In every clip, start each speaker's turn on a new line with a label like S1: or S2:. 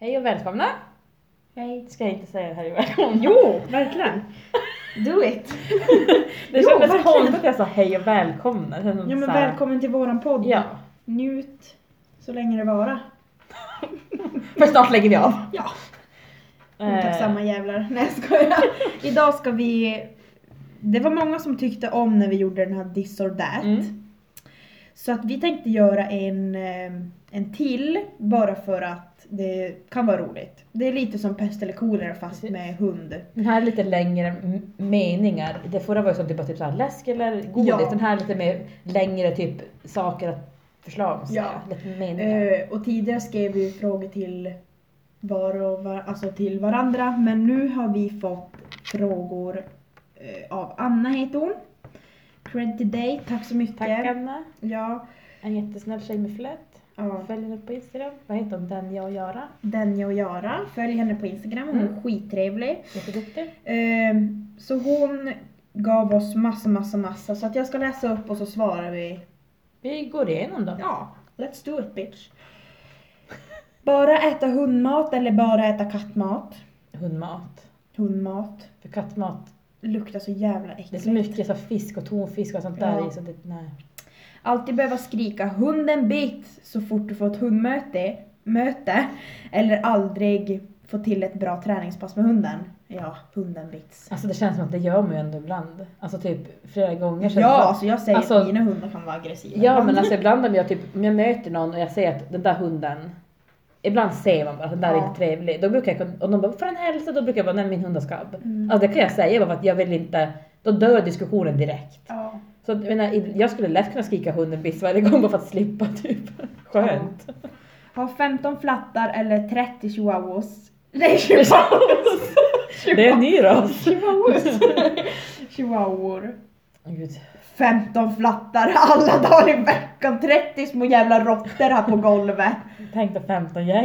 S1: Hej och välkomna!
S2: Hej.
S1: Ska jag inte säga hej och välkomna?
S2: Jo, verkligen. Do it.
S1: Det
S2: Jo,
S1: kändes
S2: verkligen.
S1: konstigt att jag sa hej och välkomna. Det kändes
S2: Jo men
S1: så här-
S2: välkommen till våran podd.
S1: Ja.
S2: Njut så länge det vara.
S1: För snart lägger vi av.
S2: Ja.
S1: Eh,
S2: Otacksamma jävlar. Nej jag skojar. Idag ska vi... Det var många som tyckte om när vi gjorde den här this or that.
S1: Mm.
S2: Så att vi tänkte göra en, eh, en till bara för att det kan vara roligt. Det är lite som pest eller kolera fast
S1: Precis.
S2: med hund.
S1: Den här är lite längre m- meningar. Det förra var ju som typ, bara typ så här läsk eller godis.
S2: Ja.
S1: Den här är lite mer längre typ saker, att förslag. Så
S2: Ja.
S1: här, Lite meningar.
S2: Eh, och tidigare skrev vi frågor till var och var, alltså till varandra men nu har vi fått frågor eh, av Anna heter hon. Cred till dig, tack så mycket.
S1: Tack Anna.
S2: Ja,
S1: En jättesnäll tjej med flätt.
S2: ja.
S1: Följ henne på Instagram. Vad heter hon? Den jag och Göra.
S2: Denja och Göra, följ henne på Instagram, hon är
S1: Mm.
S2: skittrevlig.
S1: Jätteduktig.
S2: Eh, så hon gav oss massa, massa, massa så att jag ska läsa upp och så svarar vi
S1: Vi går igenom dem.
S2: Ja, let's do it bitch. Bara äta hundmat eller bara äta kattmat?
S1: Hundmat.
S2: Hundmat.
S1: För kattmat
S2: Luktar så jävla
S1: Det är så
S2: äckligt.
S1: mycket så här fisk och tonfisk och sånt där
S2: Ja.
S1: i. Så det, nej.
S2: Alltid behöva skrika hunden bit så fort du får ett hundmöte möte, eller aldrig få till ett bra träningspass med hunden. Ja, hunden bits.
S1: Alltså det känns som att det gör man ju ändå ibland. Alltså typ flera gånger. känns det
S2: Ja,
S1: så.
S2: alltså jag säger
S1: Alltså-
S2: att mina hundar kan vara aggressiva.
S1: ja men alltså ibland om jag, typ, om jag möter någon och jag ser att den där hunden. Ibland ser man bara att den där är
S2: Ja.
S1: inte trevlig. Då brukar jag, och de bara får den hälsa? Då brukar jag bara nej min hund har skabb.
S2: Mm.
S1: Alltså det kan jag säga bara för att jag vill inte. Då dör diskussionen direkt.
S2: Ja.
S1: Så att, jag, menar, ib- jag skulle lätt kunna skrika hunden biss varje gång bara för att slippa typ. Skönt.
S2: Ha 15 flattar eller 30 chihuahuas. Nej, chihuahuas!
S1: Det är en ny ras.
S2: Chihuahuas. Chihuahuor.
S1: Gud.
S2: 15 flattar alla dagar i veckan. 30 små jävla råttor här på golvet.
S1: Tänk dig 15 jägare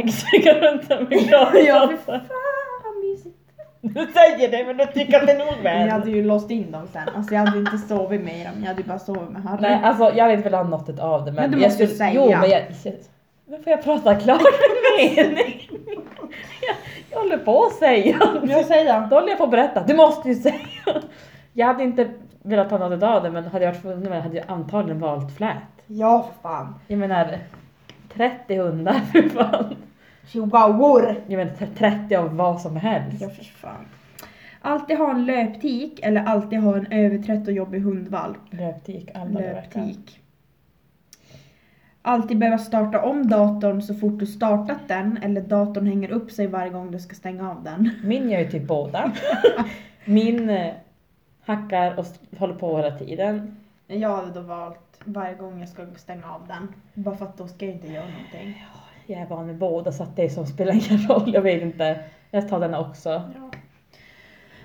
S1: runt om i graven.
S2: Ja, fy fan vad mysigt.
S1: Du säger det men du tycker inte nog
S2: Men jag hade ju låst in dem sen. Alltså jag hade inte sovit med dem. Jag hade ju bara sovit med Harry.
S1: Nej alltså jag hade inte velat ha något av det men,
S2: Men du
S1: jag
S2: måste
S1: skulle-
S2: säga.
S1: Jo men jag... Nu får jag prata klart med mening. Jag, jag håller på att säga.
S2: Men alltså, jag säger då.
S1: Då håller jag på att berätta. Du måste ju säga. Jag hade inte velat ha något av det men hade jag varit tvungen hade jag antagligen valt flät.
S2: Ja för fan.
S1: Jag menar 30 hundar för fan.
S2: Chihuahuor.
S1: Jag menar 30 av vad som helst.
S2: Ja för fan. Alltid ha en löptik eller alltid ha en övertrött och jobbig hundvalp.
S1: Löptik alla dagar i veckan.
S2: Löptik. Alltid behöva starta om datorn så fort du startat den eller datorn hänger upp sig varje gång du ska stänga av den.
S1: Min gör ju typ båda. Min eh, hackar och st- håller på hela tiden.
S2: Jag hade då valt varje gång jag ska stänga av den. Bara för att då ska jag inte göra någonting.
S1: Jag är van med båda så att det är som spelar ingen roll. Jag vet inte. Jag tar den också.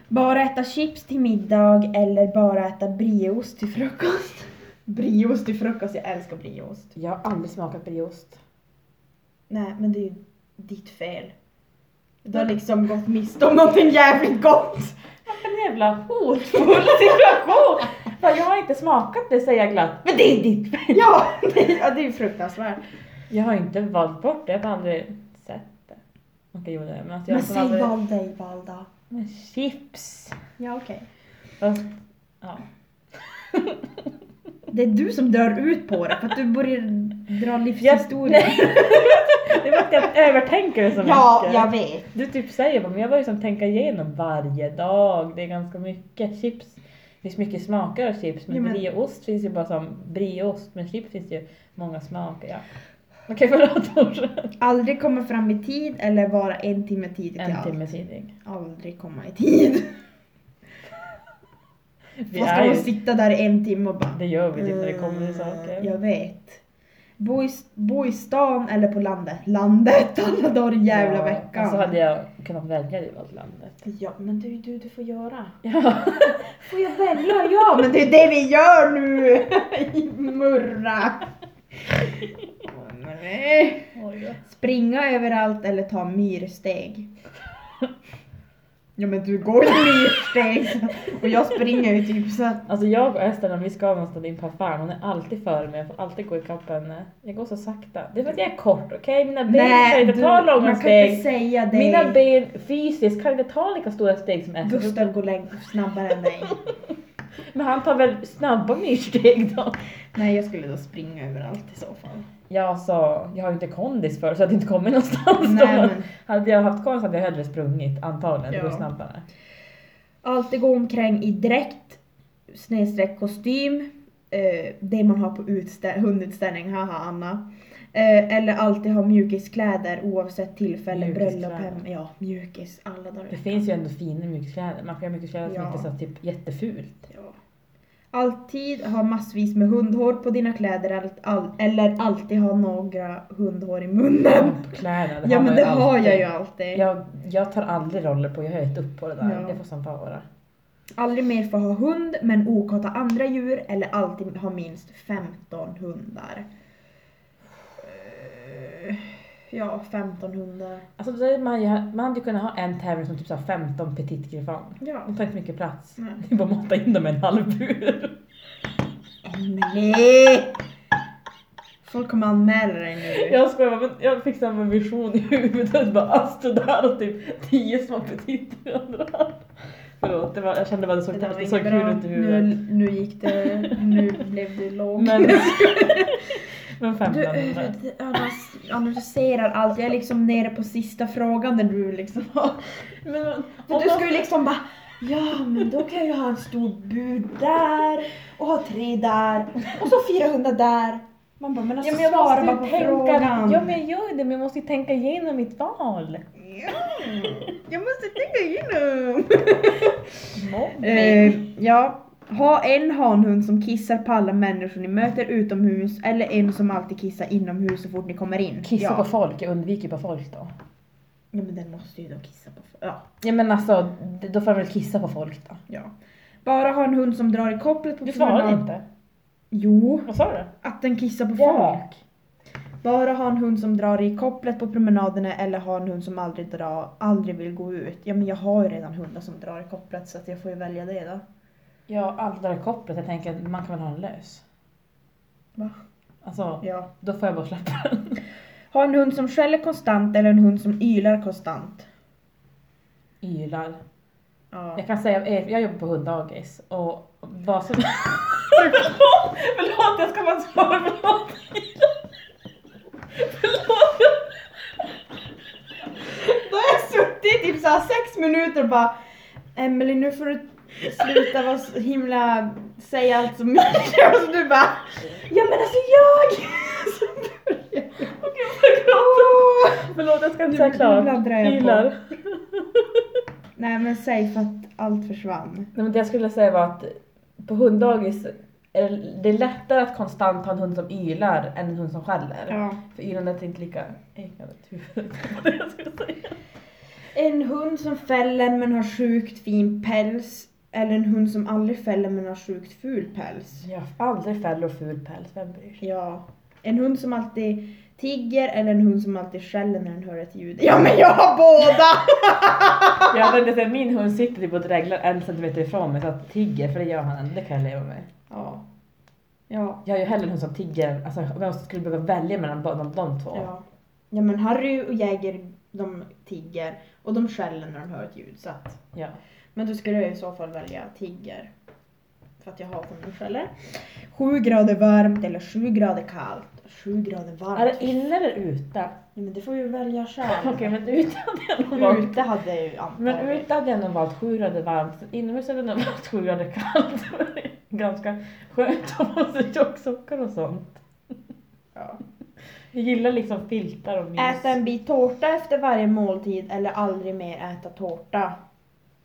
S2: Bara äta chips till middag eller bara äta brieost till frukost. brieost till frukost, jag älskar brieost.
S1: Jag har aldrig smakat brieost.
S2: Nej men det är ju ditt fel. Du har liksom gått miste om någonting jävligt gott.
S1: En jävla hotfull situation! Fan, jag har inte smakat det säger jag glatt. Men det är ditt fel!
S2: Ja, det är- ja, det är ju fruktansvärt.
S1: Jag har inte valt bort det. Jag har aldrig sett det. Okej, jo det har jag, men alltså jag
S2: Men
S1: har
S2: säg
S1: aldrig...
S2: val dig val då.
S1: Men chips!
S2: Ja okej.
S1: Fast, ja.
S2: Det är du som drar ut på det för att du börjar dra
S1: Jag-
S2: livshistorier.
S1: Det var att jag övertänker det så mycket.
S2: vet.
S1: Du typ säger bara, men jag börjar liksom tänka igenom varje dag. Det är ganska mycket chips. Det finns mycket smaker av chips, men,
S2: Ja, men-
S1: brieost finns ju bara som brieost. Men chips finns ju många smaker. Ja. Okej, förlåt Torsten.
S2: Aldrig komma fram i tid eller vara en timme tidigt till
S1: En
S2: allt.
S1: timme tidig.
S2: Aldrig komma i tid.
S1: Vi
S2: Vad ska
S1: är
S2: man
S1: ju,
S2: sitta där i en timme och bara...
S1: det gör vi typ när det kommer
S2: "Eh,
S1: till saker.
S2: Jag vet. Bo i, bo i stan eller på landet? Landet alla dagar i jävla
S1: Ja,
S2: veckan.
S1: Och så hade jag kunnat välja det valt landet.
S2: Ja men det är ju du du får göra.
S1: Ja.
S2: Får jag välja? Ja men det är det vi gör nu! Murra! Springa överallt eller ta myrsteg? Ja men du går ju ner dig så- och jag springer ju typ så att
S1: Alltså jag och Ester när vi ska någonstans in på affären, hon är alltid före mig. Jag får alltid gå ikapp henne. Jag går så sakta. Det är för att jag är kort, okej? Mina ben kan inte ta långa
S2: man kan inte
S1: steg.
S2: säga det.
S1: Mina ben fysiskt kan inte ta lika stora steg som Ester.
S2: Gustav går läng- snabbare än mig.
S1: Men han tar väl snabba myrsteg då?
S2: Nej jag skulle då springa överallt i så fall.
S1: Jag sa, alltså, jag har ju inte kondis för så att det inte kommer någonstans då.
S2: Nej, men
S1: Hade jag haft kondis hade jag hellre sprungit antagligen, det går
S2: Ja.
S1: snabbare.
S2: alltid gå omkring i dräkt snedstreck kostym. Eh, det man har på utstä- hundutställning, haha Anna. Eh, eller alltid ha mjukiskläder oavsett tillfälle, bröllop,
S1: Mjukiskläder.
S2: hem, ja mjukis alla dagar.
S1: Det finns ju ändå fina mjukiskläder, man får göra mjukiskläder
S2: Ja.
S1: som inte är så typ jättefult.
S2: Ja. Alltid ha massvis med hundhår på dina kläder allt- all, eller alltid ha några hundhår i munnen.
S1: På kläderna,
S2: Ja
S1: har man
S2: men det har
S1: alltid.
S2: jag ju alltid.
S1: Jag, jag tar aldrig roller på, jag har gett upp på det där.
S2: Ja.
S1: Det får sånt vara.
S2: Aldrig mer få ha hund men okata andra djur eller alltid ha minst 15 hundar. Eh, Ja, 15 hundar.
S1: Alltså, då är man, ju, man hade ju kunnat ha en tävling som typ så här 15 petit griffon.
S2: Ja.
S1: De tar inte mycket plats.
S2: Nej.
S1: Det är bara att mata in dem i en halv bur.
S2: Emelie! Folk kommer anmäla dig nu.
S1: Jag skojar men jag fick en vision i huvudet. Bara Astro där och typ 10 små petiter i andra hand. Förlåt, det var, jag kände bara det såg,
S2: Det
S1: det
S2: där var
S1: såg
S2: inget bra.
S1: kul ut i huvudet.
S2: Nu, nu gick det... Nu blev du låg.
S1: Men, men
S2: Du
S1: 1500.
S2: över- analys- analyserar allt. Jag är liksom nere på sista frågan där du liksom har...
S1: Men, om
S2: För du
S1: man-
S2: ska ju liksom bara Ja men då kan jag ju ha en stor bur där och ha tre där och så 400 där. Man bara men alltså
S1: Ja, men jag
S2: svara
S1: måste
S2: bara
S1: ju
S2: på
S1: tänka,
S2: frågan.
S1: ja men jag gör ju det men jag måste ju tänka igenom mitt val.
S2: Mm. jag måste tänka igenom.
S1: Mobbing.
S2: Eh, ja, ha en hanhund som kissar på alla människor ni möter utomhus eller en som alltid kissar inomhus så fort ni kommer in.
S1: Kissa
S2: ja.
S1: på folk, jag undviker på folk då.
S2: Ja men den måste ju då kissa på ja.
S1: Ja men alltså, d- då får jag väl kissa på folk då.
S2: ja. Bara ha en hund som drar i kopplet på
S1: Du svarade
S2: promenad-
S1: inte.
S2: Jo.
S1: Vad sa du?
S2: Att den kissar på
S1: Ja.
S2: folk. Bara ha en hund som drar i kopplet på promenaderna eller ha en hund som aldrig, drar, aldrig vill gå ut. Ja men jag har ju redan hundar som drar i kopplet så att jag får ju välja det då.
S1: Ja, allt det där kopplet, jag tänker att man kan väl ha en lös.
S2: Va?
S1: Alltså,
S2: Ja.
S1: då får jag bara släppa den.
S2: Ha en hund som skäller konstant eller en hund som ylar konstant.
S1: Ylar.
S2: Ja.
S1: Jag kan säga, eh, jag jobbar på hunddagis och vad som... förlåt, jag ska bara svara, förlåt. förlåt.
S2: Då har jag suttit i typ såhär sex minuter och bara Emelie nu får du sluta vara så himla, säga allt så mycket och så du bara Ja men alltså jag! Så börjar jag.
S1: Okej, jag gråter. Förlåt, jag ska inte säga
S2: Nu
S1: klart.
S2: blandar jag på.
S1: Ylar.
S2: Nej men säg för att allt försvann.
S1: Nej, men det jag skulle säga var att på hunddagis är det- det är lättare att konstant ha en hund som ylar än en hund som skäller.
S2: Ja.
S1: För ylandet är inte lika ägnat huvudet. Det var det jag skulle säga.
S2: En hund som fäller men har sjukt fin päls. Eller en hund som aldrig fäller men har sjukt ful päls.
S1: Jag har aldrig fäll och ful päls, vem bryr sig?
S2: Ja. En hund som alltid tigger eller en hund som alltid skäller när den hör ett ljud. Ja men jag har båda!
S1: Jag tänkte säga min hund sitter typ och dreglar en centimeter ifrån mig så att tigger, för det gör han ändå, det kan jag leva med.
S2: Ja. Ja.
S1: Jag har ju hellre en hund som tigger, alltså om jag skulle behöva välja mellan de, de, de två.
S2: Ja. Ja men Harry och Jäger de tigger och de skäller när de hör ett ljud så att.
S1: Ja.
S2: Men då skulle jag i så fall välja tigger. För att jag hatar när de skäller. Sju grader varmt eller sju grader kallt. Sju grader varmt.
S1: Är det inne eller ute?
S2: Nej, men det får ju välja
S1: Okej,
S2: själv.
S1: men ute hade jag nog valt.
S2: Ute hade jag ju antagligen.
S1: Men ute hade jag nog valt 7 grader varmt, inomhus hade jag nog valt 7 grader kallt. Ganska skönt att ha på sig tjocksockor och sånt.
S2: Ja.
S1: Jag gillar liksom filtar och mys.
S2: Äta en bit tårta efter varje måltid eller aldrig mer äta tårta.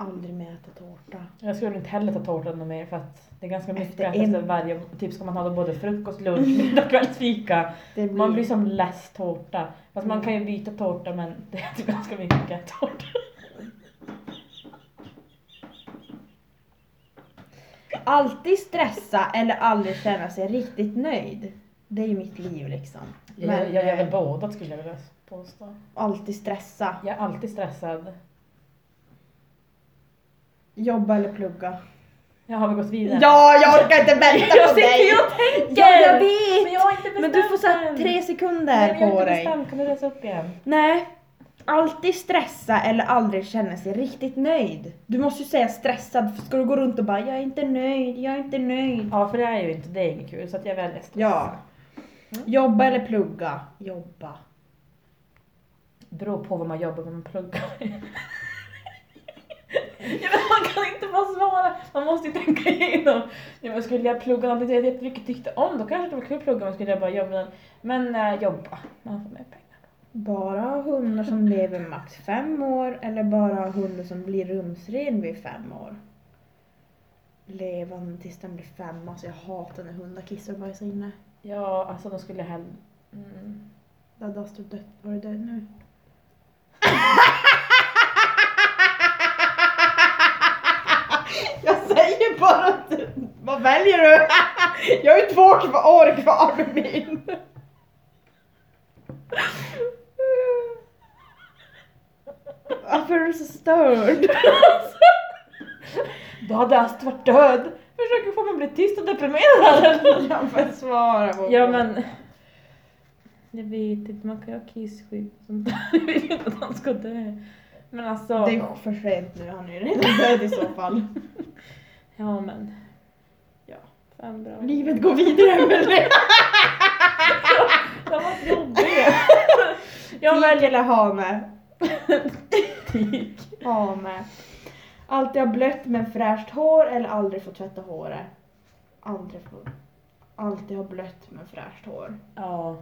S2: Aldrig mer äta tårta.
S1: Jag skulle inte heller ta tårtan något mer för att det är ganska mycket
S2: Efter
S1: att
S2: en-
S1: äta varje, typ ska man ha då både frukost, lunch, middag, kvällsfika.
S2: Det blir...
S1: Man blir som less tårta. Fast man kan ju byta tårta men det är typ ganska mycket tårta.
S2: Alltid stressa eller aldrig känna sig riktigt nöjd. Det är ju mitt liv liksom.
S1: Jag, jag gör väl båda skulle jag vilja påstå.
S2: alltid eh, stressa.
S1: Jag är alltid stressad.
S2: Jobba eller plugga?
S1: Jag har vi gått vidare?
S2: Ja, jag orkar inte vänta
S1: Jag sitter
S2: på dig!
S1: ju och tänker!
S2: Ja, jag vet!
S1: Men jag har inte bestämt
S2: Men du får såhär
S1: än.
S2: tre
S1: Nej,
S2: sekunder
S1: men jag har
S2: på
S1: inte
S2: dig.
S1: bestämt, kan du läsa upp igen?
S2: Nej. Alltid stressa eller aldrig känna sig riktigt nöjd. Du måste ju säga stressad, för ska du gå runt och bara jag är inte nöjd, jag är inte nöjd.
S1: Ja, för det är ju inte, det är inget kul, så att jag väljer stress.
S2: Ja. Jobba eller plugga? Jobba.
S1: Beror på vad man jobbar med, man pluggar. ja, men man kan inte bara svara, man måste ju tänka igenom. Ja, men skulle jag plugga någonting jag jättemycket tyckte om, då kanske det var kul att plugga, men skulle jag bara jobba med Men eh, jobba, man får mer pengar.
S2: Bara ha hundar som lever max fem år eller bara ha hundar som blir rumsren vid fem år? Levande tills den blir fem, alltså jag hatar när hundar kissar och bajsar inne.
S1: Ja, alltså då skulle jag hellre... Mm.
S2: Då hade Astrid dött. Var det död nu? Jag säger bara att... Vad väljer du? Jag har ju två kvar, år kvar med min. Varför är du så störd?
S1: Då hade Ast varit död! Försöker få mig att bli tyst och deprimerad!
S2: Jag får svara på
S1: ja men... Jag vet inte, man kan ju ha kisskydd och sånt där. Jag vill inte att han ska dö. Men alltså...
S2: Det är för sent nu, han är ju redan död i så fall.
S1: Ja men.
S2: Ja.
S1: Fan bra.
S2: Livet går vidare Emelie.
S1: Det var jobbigt. Jag
S2: Jag
S1: väljer
S2: eller hane?
S1: tik.
S2: Ja med. Alltid ha blött men fräscht hår eller aldrig få tvätta håret. Aldrig få. Alltid ha blött men fräscht hår.
S1: Ja.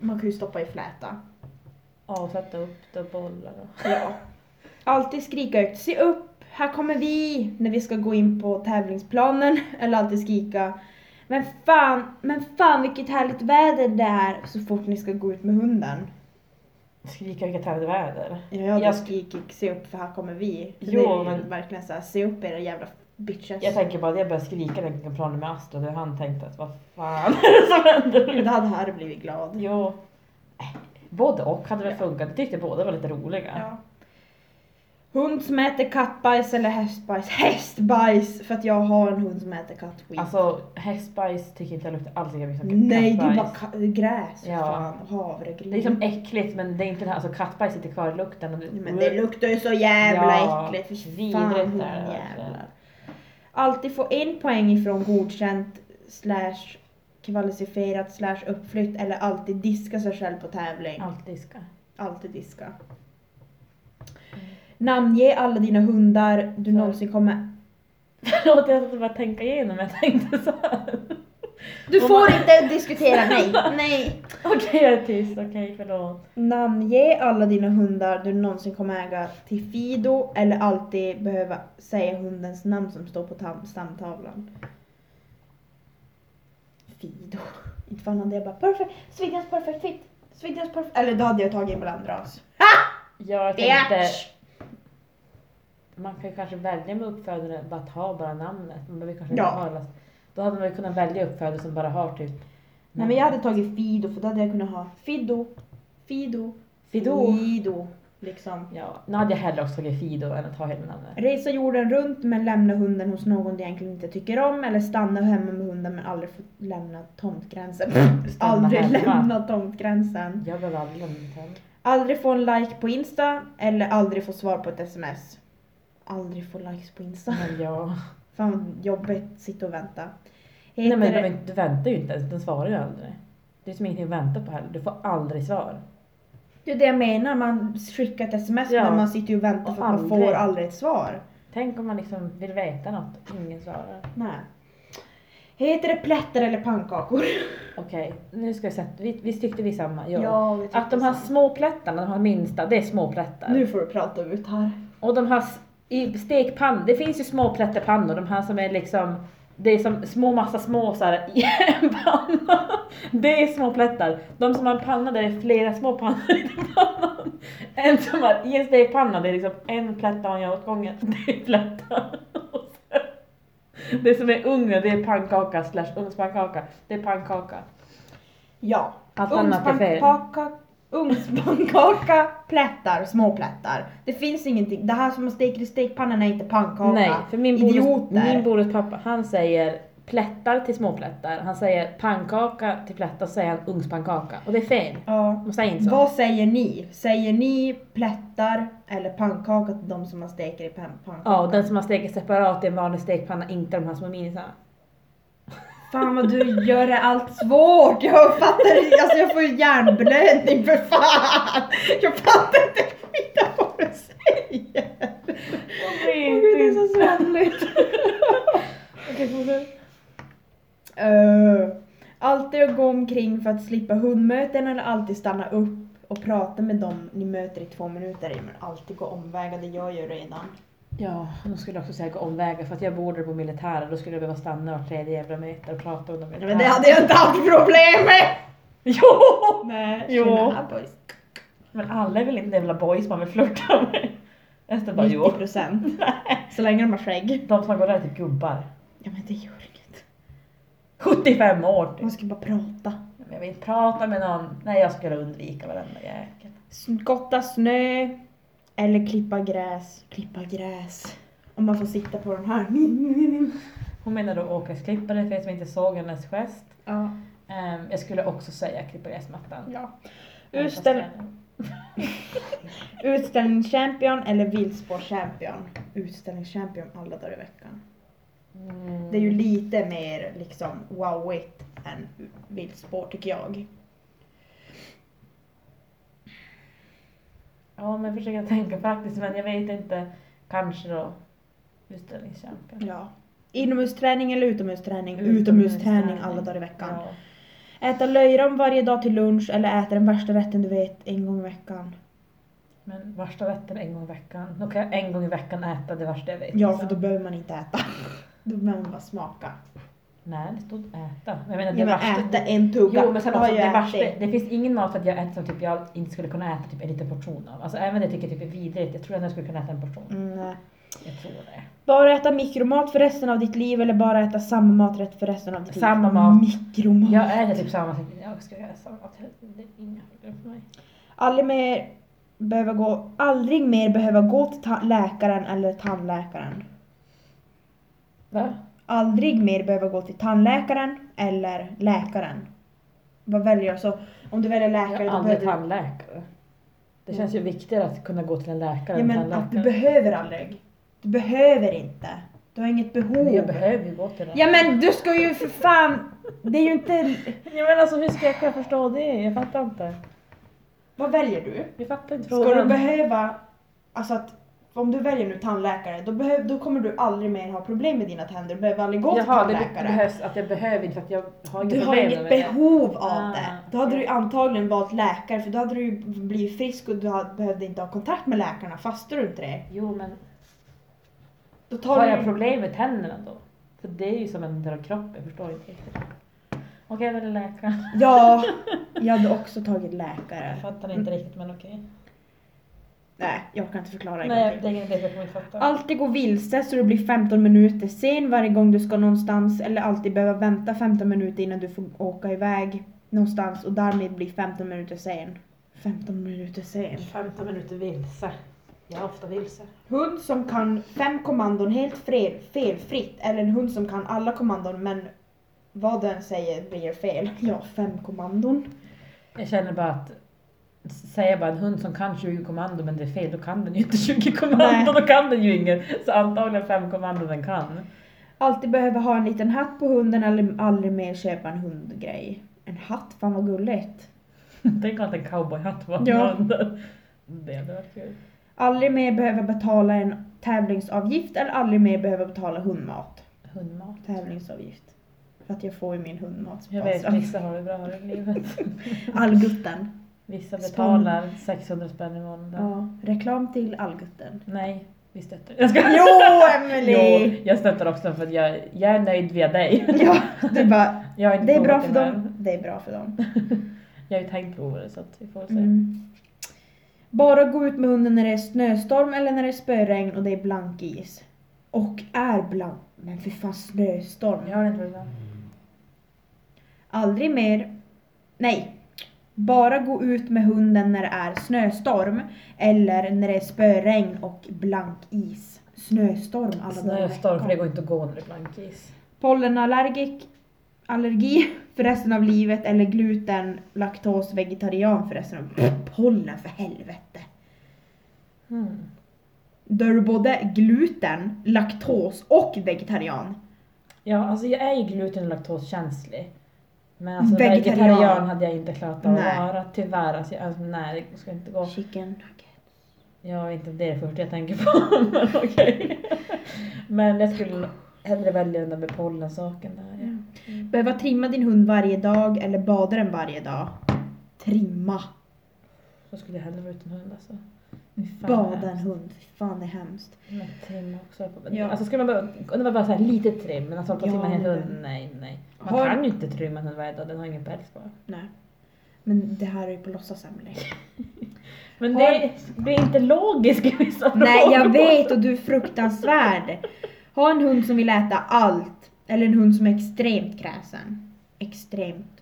S2: Man kan ju stoppa i fläta.
S1: Ja, och sätta upp det och bollar och...
S2: Ja. Alltid skrika högt. Se upp! Här kommer vi! När vi ska gå in på tävlingsplanen. Eller alltid skrika. Men fan, men fan vilket härligt väder det är! Så fort ni ska gå ut med hunden.
S1: Skrika vilket härligt väder.
S2: Ja, Jag hade
S1: Jag-
S2: skrikit se upp för här kommer vi. För
S1: Jo,
S2: det är ju
S1: men-
S2: verkligen såhär, se upp era jävla bitches.
S1: Jag tänker bara att jag började skrika när jag kom planen med Astrid och han tänkte att vad fan är det som händer?
S2: Då hade Harry blivit glad.
S1: Jo. Äh, Både och hade väl
S2: Ja.
S1: funkat. Jag tyckte båda var lite roliga.
S2: Ja. Hund som äter kattbajs eller hästbajs? Hästbajs! För att jag har en hund som äter kattskit.
S1: Alltså hästbajs tycker inte jag luktar alls lika mycket som
S2: Nej, det är
S1: kattbajs.
S2: bara ka- gräs för
S1: Ja.
S2: fan. och Havre,
S1: Det är liksom äckligt men det är inte det här, alltså kattbajs sitter kvar i lukten och det...
S2: Men det luktar ju så jävla
S1: Ja,
S2: äckligt. För
S1: vidrigt
S2: fan,
S1: är det
S2: hundjävlar.
S1: verkligen.
S2: Alltid få en poäng ifrån godkänt slash kvalificerat slash uppflytt eller alltid diska sig själv på tävling.
S1: Allt diska.
S2: Alltid diska. Namnge alla dina hundar du
S1: För-
S2: någonsin kommer
S1: Förlåt, jag satt bara tänka igenom, jag tänkte så här.
S2: Du
S1: Om
S2: får
S1: man-
S2: inte diskutera mig. Nej.
S1: Okej, jag är tyst. Okej, förlåt.
S2: Namnge alla dina hundar du någonsin kommer äga till Fido eller alltid behöva säga hundens namn som står på tam- stamtavlan. Fido. Inte fan hade jag bara perfect, Swedians perfect fit. Swedians perfect. Eller då hade jag tagit en blandras.
S1: Jag tänkte,
S2: Bitch!
S1: man kan ju kanske välja med uppfödare, bara ta bara namnet. Man behöver kanske
S2: Ja.
S1: inte ha alla- Då hade man ju kunnat välja uppfödare som bara har typ...
S2: Nej men jag hade tagit Fido för då hade jag kunnat ha Fido, Fido,
S1: Fido.
S2: Fido. Liksom.
S1: Ja, nu hade jag hellre också tagit Fido än att ta hela namnet.
S2: Resa jorden runt men lämna hunden hos någon du egentligen inte tycker om eller stanna hemma med hunden men aldrig få lämna tomtgränsen.
S1: Stanna
S2: aldrig
S1: hemma.
S2: lämna tomtgränsen.
S1: Jag behöver aldrig lämna mitt hem.
S2: Aldrig få en like på Insta eller aldrig få svar på ett sms. Aldrig få likes på Insta.
S1: Men jag...
S2: Fan jobbigt, sitta och vänta.
S1: Nej
S2: Heter
S1: men
S2: det-
S1: de, du väntar ju inte ens, de svarar ju aldrig. Det är som ingenting att vänta på heller, du får aldrig svar.
S2: Det är det jag menar, man skickar ett sms
S1: Ja.
S2: men man sitter ju och väntar
S1: Och
S2: för att man
S1: aldrig.
S2: får aldrig ett svar.
S1: Tänk om man liksom vill veta något, ingen svarar.
S2: Nej. Heter det plättar eller pannkakor?
S1: Okej, nu ska vi sätta, vi, vi tyckte vi samma? Ja.
S2: vi tycker
S1: Att de här
S2: så.
S1: små plättarna, de här minsta, det är små plättar.
S2: Nu får du prata ut här.
S1: Och de här s- i stekpann, det finns ju små plättepannor, de här som är liksom det är som små massa små så här i en panna. Det är små plättar. De som har en panna där det är flera små pannor i den pannan. En som har i en stekpanna, det är liksom en plätt man gör åt gången. Det är plättar. Och sen- Det som är ugnen, det är pannkaka slash ugnspannkaka. Det är pannkaka.
S2: Ja.
S1: Allt annat är fel.
S2: Ugnspannkaka Ugnspannkaka, plättar, små plättar. Det finns ingenting. Det här som man steker i stekpannan är inte pannkaka.
S1: Nej, för min, bonus,
S2: Idioter.
S1: min bonuspappa han säger plättar till småplättar, han säger pannkaka till plättar, så säger han ugnspannkaka. Och det är fel.
S2: ja.
S1: Man säger inte så.
S2: Vad säger ni? Säger ni plättar eller pannkaka till de som man steker i pan- pannkaka?
S1: Ja, och den som man steker separat i en vanlig stekpanna, inte de här små minisarna.
S2: Fan vad du gör det allt svårt! Jag fattar inte, alltså jag får ju hjärnblödning för fan! Jag fattar inte skita vad du säger! Åh gud, det är så svennligt!
S1: Okej, fortsätt.
S2: Eh, alltid att gå omkring för att slippa hundmöten eller alltid stanna upp och prata med dem ni möter i två minuter. Ja, Men alltid gå omvägar, det gör jag ju redan.
S1: Ja, de skulle jag också säga gå omvägar för att jag borde på militären, då skulle jag behöva stanna var tredje jävla meter och prata om de
S2: Nej, Men det hade jag inte haft problem med!
S1: Jo!
S2: Nej,
S1: jo.
S2: tjena boys.
S1: Men alla är väl inte jävla boys man vill flirta med? Esther bara jo.
S2: 90 procent. Så länge de har skägg.
S1: De som går där är typ gubbar.
S2: Ja men det gör inget.
S1: 75 år typ.
S2: Man ska bara prata.
S1: Men Jag vill inte prata med någon. Nej, jag skulle undvika varenda jäkel.
S2: Skotta snö eller klippa gräs. Klippa gräs. Om man får sitta på den här.
S1: Hon menar då åkgräsklippare för er som inte såg hennes gest.
S2: Ja.
S1: Ehm, jag skulle också säga klippa gräsmattan.
S2: ja. Utställ utställningschampion eller viltspårchampion. Utställningschampion alla dagar i veckan.
S1: Mm.
S2: Det är ju lite mer liksom wowigt än viltspår tycker jag.
S1: Ja, men jag försöker tänka praktiskt men jag vet inte. Kanske då utställningskämpen.
S2: Ja. Inomhusträning eller utomhusträning?
S1: Utomhusträning.
S2: Utomhusträning alla dagar i veckan.
S1: Ja.
S2: Äta löjrom varje dag till lunch eller äta den värsta rätten du vet en gång i veckan.
S1: Men värsta rätten en gång i veckan. Då kan jag en gång i veckan äta det värsta jag vet.
S2: Ja,
S1: liksom.
S2: för då behöver man inte äta. Då behöver man bara smaka.
S1: Nej, det stod äta. Men Jag menar, det
S2: Ja, men
S1: värsta...
S2: äta en tugga.
S1: Jo, men sen
S2: Då
S1: också,
S2: har jag
S1: det, värsta,
S2: ätit.
S1: det finns ingen mat att jag äter som typ jag inte skulle kunna äta typ en liten portion av. Alltså även det tycker jag typ är vidrigt. Jag tror att jag skulle kunna äta en portion.
S2: Mm, nej.
S1: Jag tror det.
S2: bara äta mikromat för resten av ditt liv eller bara äta samma maträtt för resten av ditt
S1: Samma
S2: liv?
S1: mat.
S2: Mikromat.
S1: Jag äter typ samma sak. Jag ska göra samma mat. Det är inga problem för mig.
S2: Aldrig mer behöva gå, aldrig mer behöva gå till ta- läkaren eller tandläkaren.
S1: Va?
S2: Aldrig mer behöva gå till tandläkaren eller läkaren. Vad väljer jag? Så om du väljer
S1: Jag
S2: läkare
S1: är
S2: då
S1: aldrig
S2: behöver du...
S1: tandläkare. Det känns ju viktigare att kunna gå till en läkare
S2: Mm. Ja,
S1: än
S2: men att du
S1: tandläkare.
S2: behöver aldrig. Du behöver inte. Du har inget behov.
S1: Men jag behöver ju gå till en.
S2: Ja men du ska ju för fan, det är ju inte...
S1: Jag menar alltså hur ska jag kunna förstå det? Jag fattar inte.
S2: Vad väljer du?
S1: Jag fattar inte
S2: Ska du
S1: frågan.
S2: behöva, alltså att om du väljer nu tandläkare, då, behöv, då kommer du aldrig mer ha problem med dina tänder. Du behöver aldrig gå till
S1: Jaha, det be-
S2: tandläkare.
S1: behövs att jag behöver inte för att jag har inga
S2: du har
S1: problem
S2: inget
S1: med det.
S2: behov av
S1: Ah,
S2: det. Då hade du ju
S1: okej.
S2: antagligen valt läkare för då hade du ju blivit frisk och du hade, behövde inte ha kontakt med läkarna. Fastar du inte det?
S1: Jo men
S2: Då tar
S1: har
S2: du
S1: jag problem med tänderna då? För det är ju som en del av kroppen, jag förstår inte riktigt. Okej, jag väljer läkaren.
S2: Ja, jag hade också tagit läkare.
S1: Jag fattar inte riktigt men okej.
S2: Nej, jag kan inte förklara
S1: Nej, det är ingen idé för jag kommer inte fatta.
S2: Alltid gå vilse så du blir 15 minuter sen varje gång du ska någonstans eller alltid behöva vänta 15 minuter innan du får åka iväg någonstans och därmed bli 15 minuter sen. 15 minuter sen.
S1: 15 minuter vilse. Jag är ofta vilse.
S2: Hund som kan fem kommandon helt fel, felfritt eller en hund som kan alla kommandon men vad den säger blir fel. Ja, fem kommandon.
S1: Jag känner bara att Säger bara en hund som kan 20 kommando men det är fel, då kan den ju inte 20 kommando,
S2: Nej.
S1: då kan den ju inget. Så antagligen fem kommando den kan.
S2: Alltid behöva ha en liten hatt på hunden eller aldrig mer köpa en hundgrej. En hatt, fan vad gulligt.
S1: Tänk att en cowboyhatt var
S2: Ja.
S1: hunden. Det hade varit kul.
S2: Aldrig mer behöva betala en tävlingsavgift eller aldrig mer behöva betala hundmat.
S1: Hundmat.
S2: Tävlingsavgift. För att jag får ju min hundmat
S1: Jag
S2: sponsrad.
S1: vet, vissa har det bra här i livet.
S2: Allgutten.
S1: Vissa
S2: Spon-
S1: betalar 600 spänn i månaden.
S2: Ja. Reklam till Allgutten.
S1: Nej, vi stöttar. Jag ska...
S2: Jo,
S1: Jo,
S2: Emily!
S1: jag stöttar också för att jag, jag är nöjd via dig.
S2: Ja, du bara,
S1: Jag har inte
S2: det är bra
S1: provat
S2: för
S1: det, men
S2: dem. Det är bra för dem.
S1: Jag har ju tänkt prova det så att vi får väl se.
S2: Mm. Bara gå ut med hunden när det är snöstorm eller när det är spöregn och det är blank is. Och är blank. Men för fan snöstorm.
S1: Jag har inte provat.
S2: Aldrig mer. Nej. Bara gå ut med hunden när det är snöstorm eller när det är spöregn och blank is. Snöstorm
S1: Alltså,
S2: alla dagar i
S1: Snöstorm, för det
S2: veckan.
S1: går inte att gå när det är blankis.
S2: Pollenallergik, allergi för resten av livet eller gluten, laktos, vegetarian för resten av Pollen för helvete!
S1: Mm.
S2: Då är du både gluten, laktos och vegetarian.
S1: Ja, alltså jag är ju gluten och laktoskänslig. Men alltså
S2: Vegetarian.
S1: vegetarian, hade jag inte klarat av
S2: Nej.
S1: att vara tyvärr. Alltså, jag, alltså, nej, det ska inte gå.
S2: Chicken nugget.
S1: Jag vet inte, det är det första jag tänker på. men okej. Men jag skulle hellre välja den där med pollensaken där. Ja.
S2: Mm. Behöva trimma din hund varje dag eller bada den varje dag. Trimma.
S1: Då skulle jag hellre vara utan hund alltså. Fy fan,
S2: Bada en
S1: hemskt.
S2: hund. Fy fan det är hemskt.
S1: Men trim också.
S2: Ja.
S1: Alltså skulle man bara, om det var bara så här lite trim, men alltså att
S2: Ja,
S1: trimma en
S2: men
S1: hund,
S2: den-
S1: nej nej. Man
S2: Har-
S1: kan ju inte trimma en hund varje dag, den har ingen päls bara.
S2: Nej. Men det här är ju på låtsas Emelie.
S1: Men
S2: Har-
S1: det blir inte logiskt i vissa
S2: Nej jag
S1: frågor.
S2: vet och du är fruktansvärd. Ha en hund som vill äta allt. Eller en hund som är extremt kräsen. Extremt.